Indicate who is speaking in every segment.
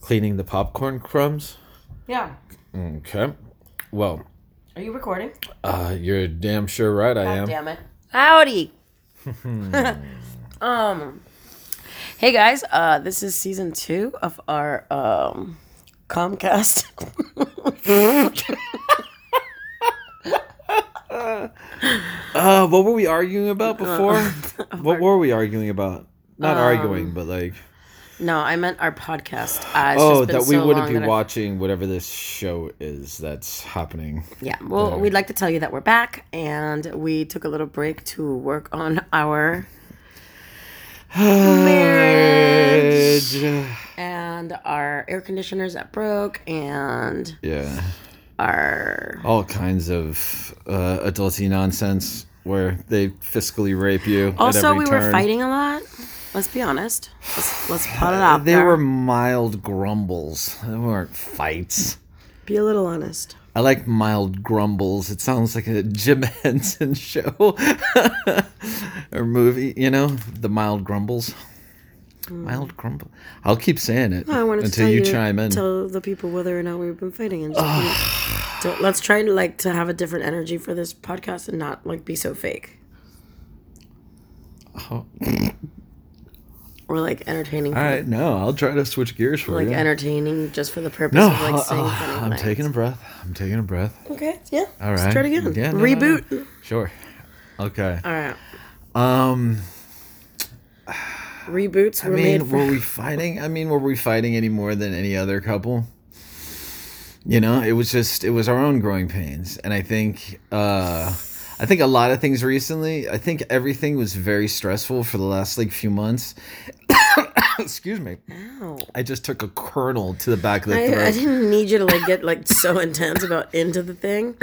Speaker 1: Cleaning the popcorn crumbs?
Speaker 2: Yeah.
Speaker 1: Okay. Well,
Speaker 2: Are you recording?
Speaker 1: uh, you're damn sure right I
Speaker 2: God
Speaker 1: am.
Speaker 2: damn it.
Speaker 3: Howdy. um, hey guys, uh, this is season two of our um, Comcast.
Speaker 1: Uh, what were we arguing about
Speaker 3: Uh,
Speaker 1: before? what were we arguing about? Not
Speaker 3: Um,
Speaker 1: arguing, but like,
Speaker 3: no, I meant our podcast. Uh, it's
Speaker 1: oh,
Speaker 3: just been
Speaker 1: that we
Speaker 3: so
Speaker 1: wouldn't be
Speaker 3: long that I-
Speaker 1: watching whatever this show is that's happening.
Speaker 3: Yeah, well, we'd like to tell you that we're back, and we took a little break to work on our marriage and our air conditioners that broke, and
Speaker 1: Yeah.
Speaker 3: our
Speaker 1: All kinds of uh, adulty nonsense where they fiscally rape you. at
Speaker 3: Also,
Speaker 1: every
Speaker 3: we
Speaker 1: turn.
Speaker 3: were fighting a lot. Let's be honest. Let's, let's put it out
Speaker 1: They
Speaker 3: there.
Speaker 1: were mild grumbles. They weren't fights.
Speaker 3: be a little honest.
Speaker 1: I like mild grumbles. It sounds like a Jim Henson show or movie, you know, the mild grumbles. Mild grumble. I'll keep saying it
Speaker 3: Hmm. I wanted
Speaker 1: until
Speaker 3: to tell
Speaker 1: you,
Speaker 3: you,
Speaker 1: chime in.
Speaker 3: Tell the people whether or not we've been fighting. And just so let's try and like to have a different energy for this podcast and not like be so fake
Speaker 1: Oh,
Speaker 3: or like entertaining.
Speaker 1: all right, no, I'll try to switch gears for
Speaker 3: Like
Speaker 1: you.
Speaker 3: entertaining just for the purpose
Speaker 1: no,
Speaker 3: of like saying
Speaker 1: uh,
Speaker 3: funny
Speaker 1: I'm
Speaker 3: things.
Speaker 1: taking a breath. I'm taking a breath.
Speaker 3: Okay. Yeah.
Speaker 1: All right.
Speaker 3: Let's try it again.
Speaker 1: Yeah, no, no, no.
Speaker 3: Reboot.
Speaker 1: Sure. Okay.
Speaker 3: All right.
Speaker 1: Um,
Speaker 3: Reboots
Speaker 1: I
Speaker 3: were made
Speaker 1: mean,
Speaker 3: for.
Speaker 1: were we fighting? I mean, were we fighting any more than any other couple? You know, it was just it was our own growing pains, and I think uh I think a lot of things recently. I think everything was very stressful for the last like few months. Excuse me.
Speaker 3: Ow.
Speaker 1: I just took a kernel to the back of the
Speaker 3: I, I
Speaker 1: throat.
Speaker 3: didn't need you to like get like so intense about into the thing.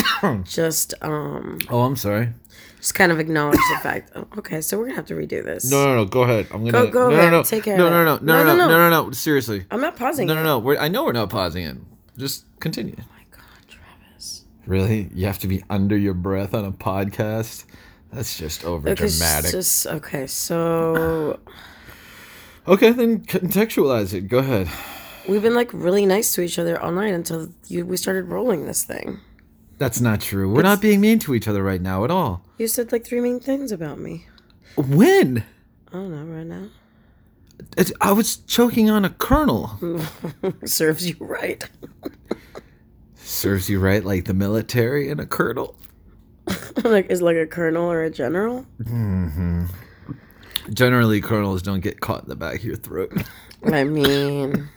Speaker 3: just um
Speaker 1: oh, I'm sorry.
Speaker 3: just kind of acknowledge the fact. oh, okay, so we're gonna have to redo this.
Speaker 1: No, no, no. Go ahead. I'm gonna
Speaker 3: Go- go
Speaker 1: no,
Speaker 3: ahead.
Speaker 1: No, no.
Speaker 3: Take care
Speaker 1: No,
Speaker 3: of
Speaker 1: no, no,
Speaker 3: it.
Speaker 1: no, no, no, no, no, no. Seriously.
Speaker 3: I'm not pausing.
Speaker 1: No, no, no. We're, I know we're not pausing it. Just continue.
Speaker 3: Oh my god, Travis.
Speaker 1: Really? You have to be under your breath on a podcast? That's just over
Speaker 3: Okay,
Speaker 1: dramatic.
Speaker 3: Just, okay, so
Speaker 1: Okay, then contextualize it. Go ahead.
Speaker 3: we've been like really nice to each other all night until you, we started rolling this thing.
Speaker 1: That's not true. We're not being mean to each other right now at all.
Speaker 3: You said like three mean things about me.
Speaker 1: When?
Speaker 3: I don't know right now.
Speaker 1: It, I was choking on a kernel.
Speaker 3: Serves you right.
Speaker 1: Serves you right like the military and a kernel.
Speaker 3: like is like a colonel or a general.
Speaker 1: Generally, kernels don't get caught in the back of your throat.
Speaker 3: I mean,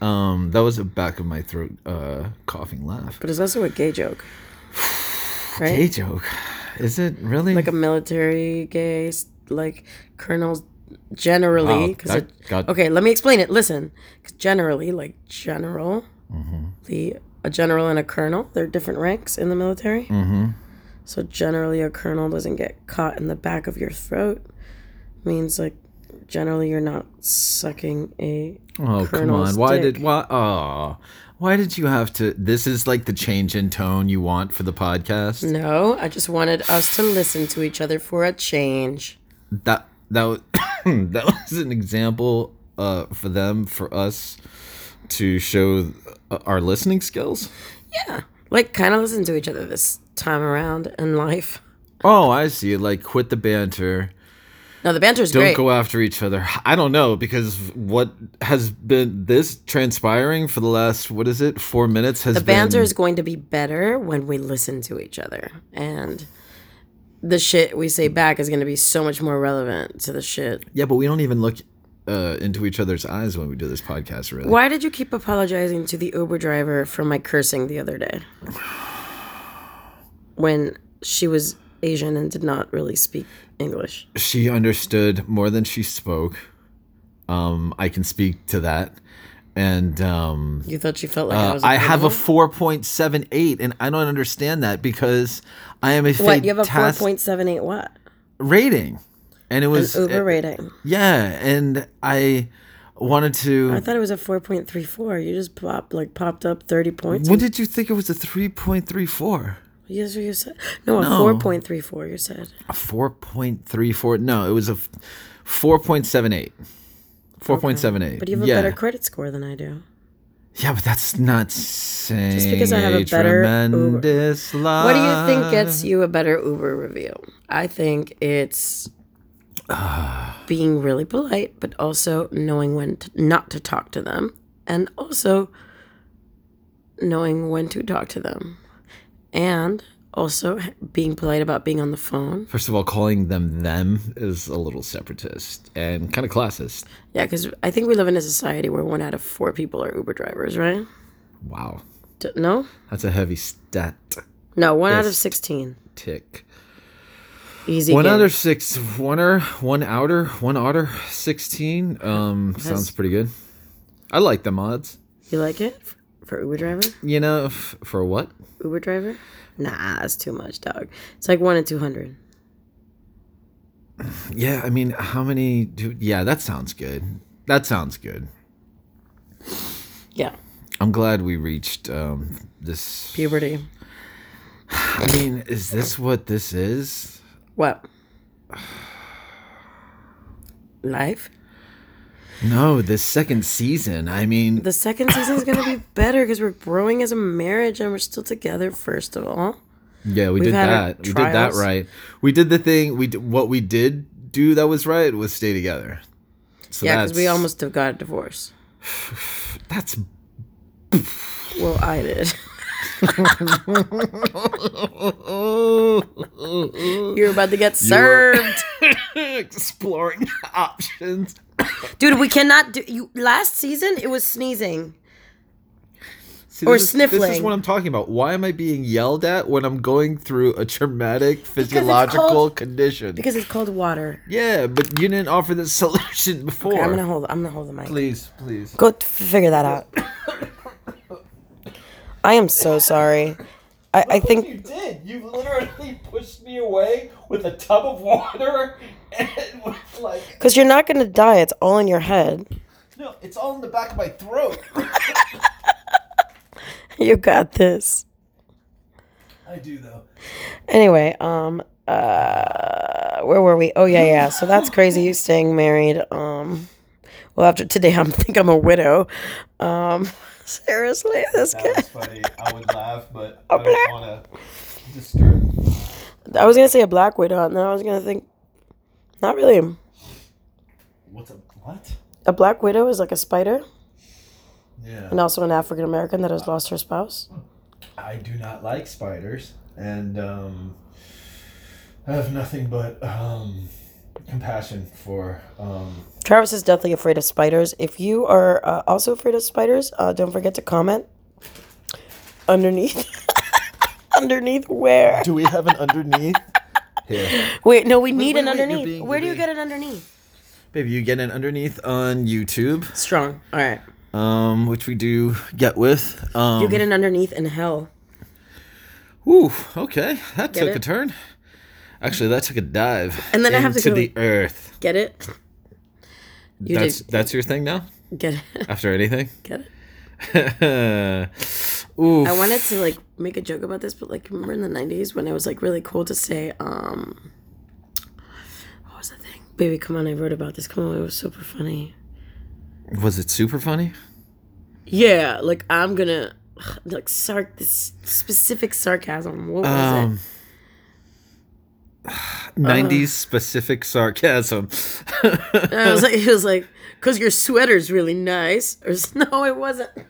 Speaker 1: Um, that was a back of my throat uh, coughing laugh.
Speaker 3: but it's also a gay joke, right?
Speaker 1: Gay joke. Is it really?
Speaker 3: like a military gay s- like colonels generally
Speaker 1: Wow,
Speaker 3: because
Speaker 1: that got-
Speaker 3: okay let me explain it listen 'Cause generally like general
Speaker 1: Mm-hmm.
Speaker 3: the a general and a colonel they're different ranks in the military mm-hmm. so generally a colonel doesn't get caught in the back of your throat means like generally you're not sucking a
Speaker 1: Oh come on!
Speaker 3: Colonel's
Speaker 1: Why
Speaker 3: dick.
Speaker 1: did why? Oh, why did you have to? This is like the change in tone you want for the podcast.
Speaker 3: no i just wanted us to listen to each other for a change
Speaker 1: That that was, that was an example uh, for them for us to show uh, our listening skills.
Speaker 3: like kind of listen to each other this time around in life
Speaker 1: Oh, I see. Like quit the banter.
Speaker 3: no the banter's
Speaker 1: Don't
Speaker 3: great
Speaker 1: go after each other. I don't know because what has been this transpiring for the last what is it four minutes has
Speaker 3: the banter
Speaker 1: been
Speaker 3: is going to be better when we listen to each other and the shit we say back is going to be so much more relevant to the shit
Speaker 1: yeah, but we don't even look uh, into each other's eyes when we do this podcast. Really,
Speaker 3: why did you keep apologizing to the uber driver for my cursing the other day when she was asian and did not really speak english
Speaker 1: she understood more than she spoke. Um, I can speak to that, and um,
Speaker 3: you thought she felt like i
Speaker 1: uh,
Speaker 3: was a
Speaker 1: I have a
Speaker 3: criminal?
Speaker 1: four point seven eight, and I don't understand that because I am a
Speaker 3: what you have a
Speaker 1: fantastic
Speaker 3: 4.78 what
Speaker 1: rating, and it was
Speaker 3: uber
Speaker 1: uh,
Speaker 3: rating
Speaker 1: yeah, and I wanted to.
Speaker 3: i thought it was a 4.34 you just popped like popped up 30 points
Speaker 1: when did you think it was a three point three four?
Speaker 3: yes what you said no a 4.34 you said
Speaker 1: A four point three four? No, it was a four point seven eight. Four point seven eight.
Speaker 3: But you have a
Speaker 1: yeah.
Speaker 3: better credit score than I do.
Speaker 1: Yeah, but that's not saying
Speaker 3: because I have a better Uber-
Speaker 1: tremendous lie.
Speaker 3: What do you
Speaker 1: Uh,
Speaker 3: think gets you a better Uber review? I think it's being really polite, but also knowing when to, not to talk to them, and also knowing when to talk to them, and also being polite about being on the phone.
Speaker 1: First of all, calling them them is a little separatist and kind of classist.
Speaker 3: Yeah, because I think we live in a society where one out of four people are Uber drivers, right?
Speaker 1: Wow,
Speaker 3: D- no,
Speaker 1: that's a heavy stat
Speaker 3: no, one out of
Speaker 1: Yes.
Speaker 3: sixteen.
Speaker 1: tick.
Speaker 3: Easy.
Speaker 1: one
Speaker 3: game.
Speaker 1: outer six, one er, one outer, one outer sixteen. Um, sounds pretty good. I like the mods.
Speaker 3: You like it F- for Uber driver?
Speaker 1: You know, f- for what?
Speaker 3: Uber driver? Nah, that's too much, dog. It's like one in two hundred.
Speaker 1: Yeah, I mean, how many? Do, yeah, that sounds good. That sounds good.
Speaker 3: Yeah,
Speaker 1: I'm glad we reached um, this.
Speaker 3: puberty.
Speaker 1: I mean, is this what this is?
Speaker 3: What? Life.
Speaker 1: No, this second season. I mean,
Speaker 3: The second season is gonna be better because we're growing as a marriage and we're still together. First of all,
Speaker 1: yeah, we
Speaker 3: we've
Speaker 1: did
Speaker 3: had our
Speaker 1: that. We did that
Speaker 3: trials.
Speaker 1: right. We did the thing. We d- what we did do that was right was stay together. So
Speaker 3: yeah, because we
Speaker 1: that's-
Speaker 3: almost have got a divorce.
Speaker 1: that's
Speaker 3: Well, I did. You're about to get served,
Speaker 1: exploring options.
Speaker 3: dude. We cannot do you. Last season, it was sneezing.
Speaker 1: See,
Speaker 3: Or
Speaker 1: this is- This is
Speaker 3: sniffling.
Speaker 1: what I'm talking about. Why am I being yelled at when I'm going through a traumatic physiological
Speaker 3: called-
Speaker 1: condition?
Speaker 3: Because it's called water.
Speaker 1: yeah, but you didn't offer this solution before.
Speaker 3: I'm gonna hold. I'm gonna hold the mic.
Speaker 1: please, please.
Speaker 3: Go t- figure that out. I am so sorry. I, I
Speaker 2: You
Speaker 3: think
Speaker 2: did. You literally pushed me away with a tub of water and with like
Speaker 3: because you're not gonna die. It's all in your head.
Speaker 2: no, it's all in the back of my throat.
Speaker 3: You got this.
Speaker 2: I do though.
Speaker 3: Anyway, um, uh, where were we? Oh yeah, yeah. So that's crazy. You staying married? Um, well, after today, I'm think I'm a widow. Um, seriously, this
Speaker 2: That
Speaker 3: guy.
Speaker 2: was funny. I would laugh, but I
Speaker 3: black-
Speaker 2: don't want to disturb.
Speaker 3: I was gonna say a black widow, and then I was gonna think, not really.
Speaker 2: What's a what?
Speaker 3: A black widow is like a spider,
Speaker 2: Yeah.
Speaker 3: and also an African American that has lost her spouse.
Speaker 2: I do not like spiders, and um, I have nothing but um, compassion for um.
Speaker 3: Travis is deathly afraid of spiders. If you are uh, also afraid of spiders, uh, don't forget to comment underneath. underneath where?
Speaker 2: Do we have an underneath? Here,
Speaker 3: Wait, no, we need
Speaker 1: wait,
Speaker 3: an
Speaker 1: wait, you're
Speaker 3: underneath.
Speaker 1: being-
Speaker 3: where do
Speaker 1: you're
Speaker 3: you get an underneath?
Speaker 1: Baby, you get an underneath on YouTube,
Speaker 3: Strong. All right.
Speaker 1: um, which we do get with. Um,
Speaker 3: You get an underneath in hell.
Speaker 1: Ooh, okay, that took a
Speaker 3: it?
Speaker 1: turn. Actually, that took a dive.
Speaker 3: And then I have to
Speaker 1: into
Speaker 3: go-
Speaker 1: the earth.
Speaker 3: Get it? You
Speaker 1: that's
Speaker 3: did.
Speaker 1: that's your thing now.
Speaker 3: Get it?
Speaker 1: After anything.
Speaker 3: Get it?
Speaker 1: Ooh,
Speaker 3: I wanted to like make a joke about this, but like remember in the '90s when it was like really cool to say, um, what was the thing? Baby, come on! I wrote about this. Come on, it was super funny.
Speaker 1: was it super funny?
Speaker 3: Yeah, like I'm gonna like sarc this specific sarcasm. What was
Speaker 1: Um,
Speaker 3: it?
Speaker 1: 90s specific sarcasm.
Speaker 3: And I was like, it was like, cause your sweater's really nice. Or s- no, it wasn't. It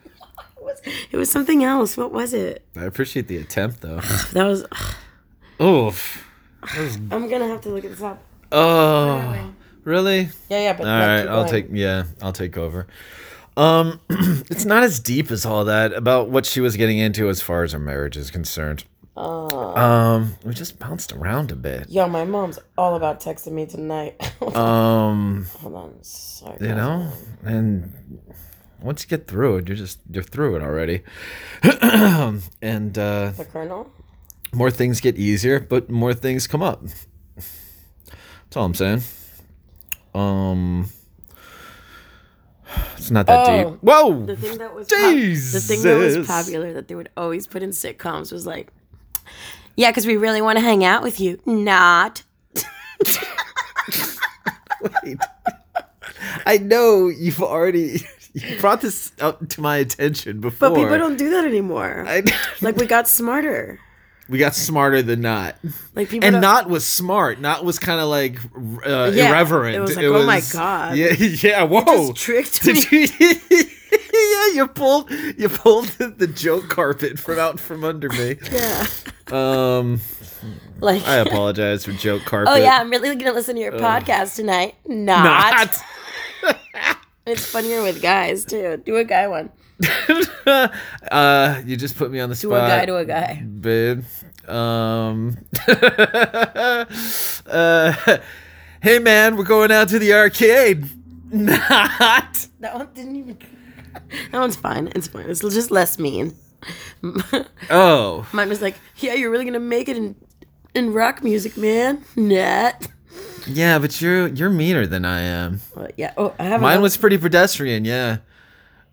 Speaker 3: was- It was something else. What was it?
Speaker 1: I appreciate the attempt though.
Speaker 3: That was.
Speaker 1: Oof.
Speaker 3: I'm gonna have to look at this up.
Speaker 1: Oh. Really?
Speaker 3: Yeah, yeah. But
Speaker 1: All right, I'll take yeah, I'll take over. Um it's not as deep as all that about what she was getting into as far as her marriage is concerned.
Speaker 3: Oh.
Speaker 1: Um we just bounced around a bit.
Speaker 3: Yo, my mom's all about texting me tonight.
Speaker 1: Um
Speaker 3: Hold on, sorry.
Speaker 1: you know, and once you get through it, you're just you're through it already. and uh
Speaker 3: The colonel.
Speaker 1: more things get easier, but more things come up. That's all I'm saying. Um, it's not that
Speaker 3: Oh,
Speaker 1: deep. Whoa!
Speaker 3: The thing that was pop- the thing that
Speaker 1: Jesus.
Speaker 3: was popular that they would always put in sitcoms was like, yeah, because we really want to hang out with you. Not.
Speaker 1: I I know you've already you brought this up to my attention before.
Speaker 3: But people don't do that anymore.
Speaker 1: I,
Speaker 3: like we got smarter.
Speaker 1: we got smarter than not,
Speaker 3: Like people
Speaker 1: and
Speaker 3: don't-
Speaker 1: not was smart. Not was kind of like uh,
Speaker 3: uh, Yeah,
Speaker 1: irreverent.
Speaker 3: it was like, "Oh my God."
Speaker 1: Yeah, yeah. Whoa.
Speaker 3: just tricked me.
Speaker 1: Did you? yeah, you pulled you pulled the, the joke carpet from out from under me.
Speaker 3: yeah.
Speaker 1: Um,
Speaker 3: Like
Speaker 1: I apologize for joke carpet.
Speaker 3: Oh yeah, I'm really gonna listen to your podcast tonight. Not.
Speaker 1: not.
Speaker 3: It's funnier with guys too. Do a guy one.
Speaker 1: uh, you just put me on the
Speaker 3: Do
Speaker 1: spot.
Speaker 3: a guy to a guy.
Speaker 1: babe. Um, uh, hey man, we're going out to the arcade. Not.
Speaker 3: That one didn't even. That one's fine. It's fine. It's just less mean. Mine
Speaker 1: Oh,
Speaker 3: was like, yeah, you're really gonna make it in in rock music, man. Net.
Speaker 1: yeah, but you're you're meaner than I am.
Speaker 3: But yeah. Oh, I have.
Speaker 1: Mine
Speaker 3: another-
Speaker 1: was pretty pedestrian. Yeah,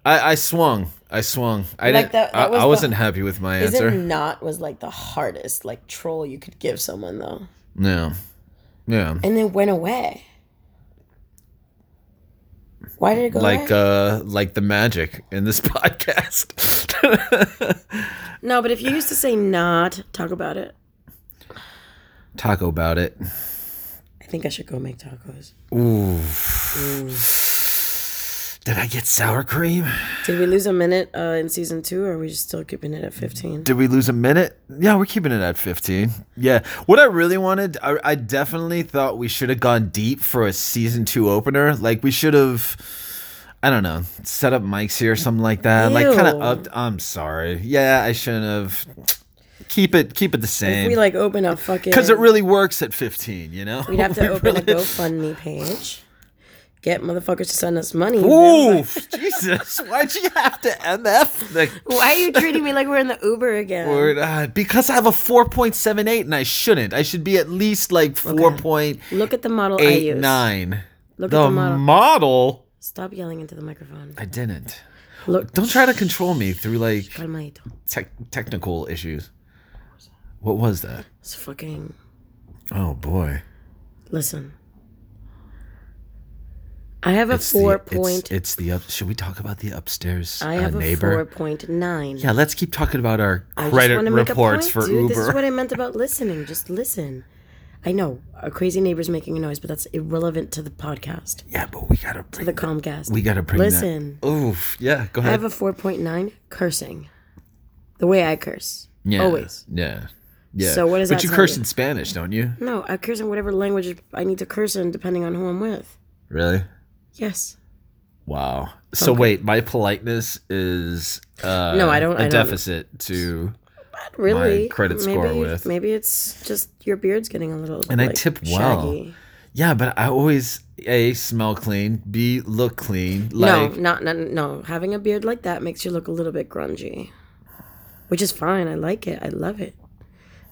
Speaker 1: I I swung. I swung. I
Speaker 3: Like
Speaker 1: didn't.
Speaker 3: that- that
Speaker 1: I,
Speaker 3: was
Speaker 1: I
Speaker 3: the-
Speaker 1: wasn't happy with my
Speaker 3: Is it
Speaker 1: answer.
Speaker 3: not was like the hardest like troll you could give someone though,
Speaker 1: No. Yeah.
Speaker 3: and then went away. Why did it go
Speaker 1: Like
Speaker 3: away?
Speaker 1: uh, like the magic in this podcast.
Speaker 3: no, but if you used to say not, talk about it.
Speaker 1: Talk about it.
Speaker 3: I think I should go make tacos.
Speaker 1: Ooh. Did I get sour cream?
Speaker 3: Did we lose a minute uh, in season two, or are we just still keeping it at 15?
Speaker 1: Did we lose a minute? Yeah, we're keeping it at 15. Yeah. What I really wanted, I, I definitely thought we should have gone deep for a season two opener. Like, we should have, I don't know, set up mics here or something like that. Like, kind of
Speaker 3: Ew.
Speaker 1: up. I'm sorry. Yeah, I shouldn't have. Keep it, keep it the
Speaker 3: If
Speaker 1: same.
Speaker 3: we like open a fucking.
Speaker 1: Because it really works at 15, you know?
Speaker 3: We'd have to
Speaker 1: We
Speaker 3: open a
Speaker 1: really-
Speaker 3: GoFundMe page. Get motherfuckers to send us money.
Speaker 1: Ooh, Jesus. Why'd you have to MF? Like,
Speaker 3: Why are you treating me like we're in the Uber again?
Speaker 1: Or, uh, because I have a 4.78 and I shouldn't. I should be at least like 4.89.
Speaker 3: Look at the model I use. Look at the model.
Speaker 1: model.
Speaker 3: Stop yelling into the microphone.
Speaker 1: I didn't.
Speaker 3: Look.
Speaker 1: Don't try to control me through like
Speaker 3: Calmadito.
Speaker 1: tech technical issues. What was that?
Speaker 3: It's fucking.
Speaker 1: Oh boy.
Speaker 3: Listen. I have a
Speaker 1: It's the-
Speaker 3: four
Speaker 1: it's-
Speaker 3: point.
Speaker 1: It's, the up. Should we talk about the upstairs
Speaker 3: I
Speaker 1: uh,
Speaker 3: have a
Speaker 1: neighbor?
Speaker 3: four point nine.
Speaker 1: Yeah, let's keep talking about our
Speaker 3: I
Speaker 1: credit
Speaker 3: wanna
Speaker 1: reports for
Speaker 3: dude. This is
Speaker 1: Uber.
Speaker 3: what I meant about listening. Just listen. I know a crazy neighbor's making a noise, but that's irrelevant to the podcast,
Speaker 1: yeah, but we gotta bring.
Speaker 3: the Comcast.
Speaker 1: we gotta bring.
Speaker 3: listen.
Speaker 1: That. Oof. Yeah. Go
Speaker 3: I
Speaker 1: ahead.
Speaker 3: have a four point nine cursing, the way I curse.
Speaker 1: yeah.
Speaker 3: always.
Speaker 1: Yeah. Yeah.
Speaker 3: So what does
Speaker 1: But
Speaker 3: that
Speaker 1: you
Speaker 3: tell
Speaker 1: curse
Speaker 3: you?
Speaker 1: in Spanish, don't you?
Speaker 3: No, I curse in whatever language I need to curse in, depending on who I'm with.
Speaker 1: Really?
Speaker 3: Yes.
Speaker 1: Wow. So wait, my politeness is uh,
Speaker 3: No, I don't-
Speaker 1: a
Speaker 3: I don't-
Speaker 1: deficit to,
Speaker 3: Really?
Speaker 1: credit
Speaker 3: maybe,
Speaker 1: score with.
Speaker 3: Maybe it's just your beard's getting a little.
Speaker 1: And I
Speaker 3: like,
Speaker 1: tip well.
Speaker 3: shaggy.
Speaker 1: yeah, but I always a smell clean, b look clean. Like
Speaker 3: no, not, not no. Having a beard like that makes you look a little bit grungy, which is fine. I like it. I love it.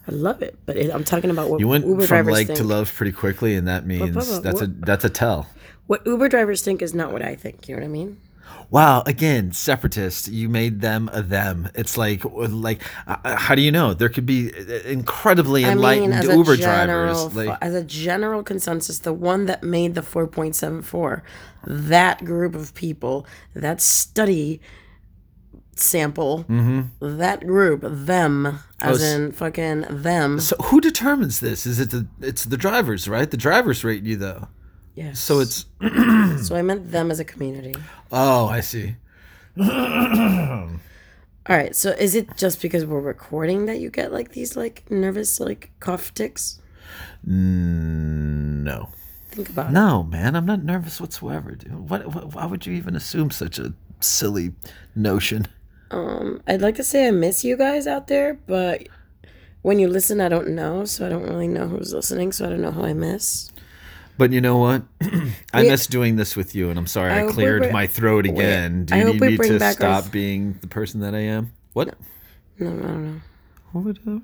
Speaker 3: I love it. But it, I'm talking about what
Speaker 1: you went
Speaker 3: Uber
Speaker 1: from
Speaker 3: drivers
Speaker 1: like
Speaker 3: think.
Speaker 1: to love pretty quickly, and that means
Speaker 3: Bubba,
Speaker 1: that's a that's a tell.
Speaker 3: what Uber drivers think is not what I think. You know what I mean?
Speaker 1: Wow, again, separatist. You made them a them. It's like like uh, uh, how do you know? There could be uh, incredibly
Speaker 3: I mean,
Speaker 1: enlightened
Speaker 3: as a
Speaker 1: Uber
Speaker 3: general,
Speaker 1: drivers. Like
Speaker 3: as a general consensus, the one that made the 4.74, that group of people, that study sample, that group, them, as
Speaker 1: Mm-hmm. Oh, s-
Speaker 3: in fucking them.
Speaker 1: so who determines this? Is it the it's the drivers, right? The drivers rate you though.
Speaker 3: Yes.
Speaker 1: So it's
Speaker 3: So I meant them as a community.
Speaker 1: Oh, I see.
Speaker 3: All right. So is it just because we're recording that you get like these like nervous like cough ticks?
Speaker 1: No.
Speaker 3: Think about it.
Speaker 1: No, man, I'm not nervous whatsoever, dude. What, what, why would you even assume such a silly notion?
Speaker 3: Um, I'd like to say I miss you guys out there, but when you listen, I don't know, so I don't really know who's listening, so I don't know who I miss.
Speaker 1: But you know what? I
Speaker 3: We-
Speaker 1: miss doing this with you, and I'm sorry
Speaker 3: I
Speaker 1: I,
Speaker 3: hope we
Speaker 1: cleared
Speaker 3: bring-
Speaker 1: my throat again. Do
Speaker 3: I
Speaker 1: you
Speaker 3: hope
Speaker 1: need
Speaker 3: we
Speaker 1: me
Speaker 3: bring
Speaker 1: to
Speaker 3: back our-
Speaker 1: stop being the person that I am? What?
Speaker 3: No, I don't know.
Speaker 1: What would I-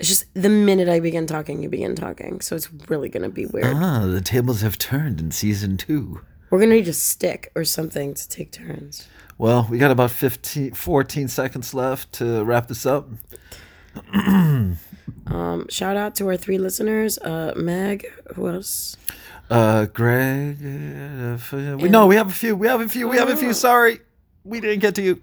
Speaker 3: It's just the minute I begin talking, you begin talking, so it's really gonna be weird.
Speaker 1: Ah, the tables have turned in season two.
Speaker 3: We're gonna need a stick or something to take turns.
Speaker 1: Well, we got about 15, 14 seconds left to wrap this up.
Speaker 3: Um, shout out to our three listeners, uh, Meg, who else?
Speaker 1: Uh, Greg. Uh, f- we, no, we have a few. We have a few. We have a few. Sorry, we didn't get to you.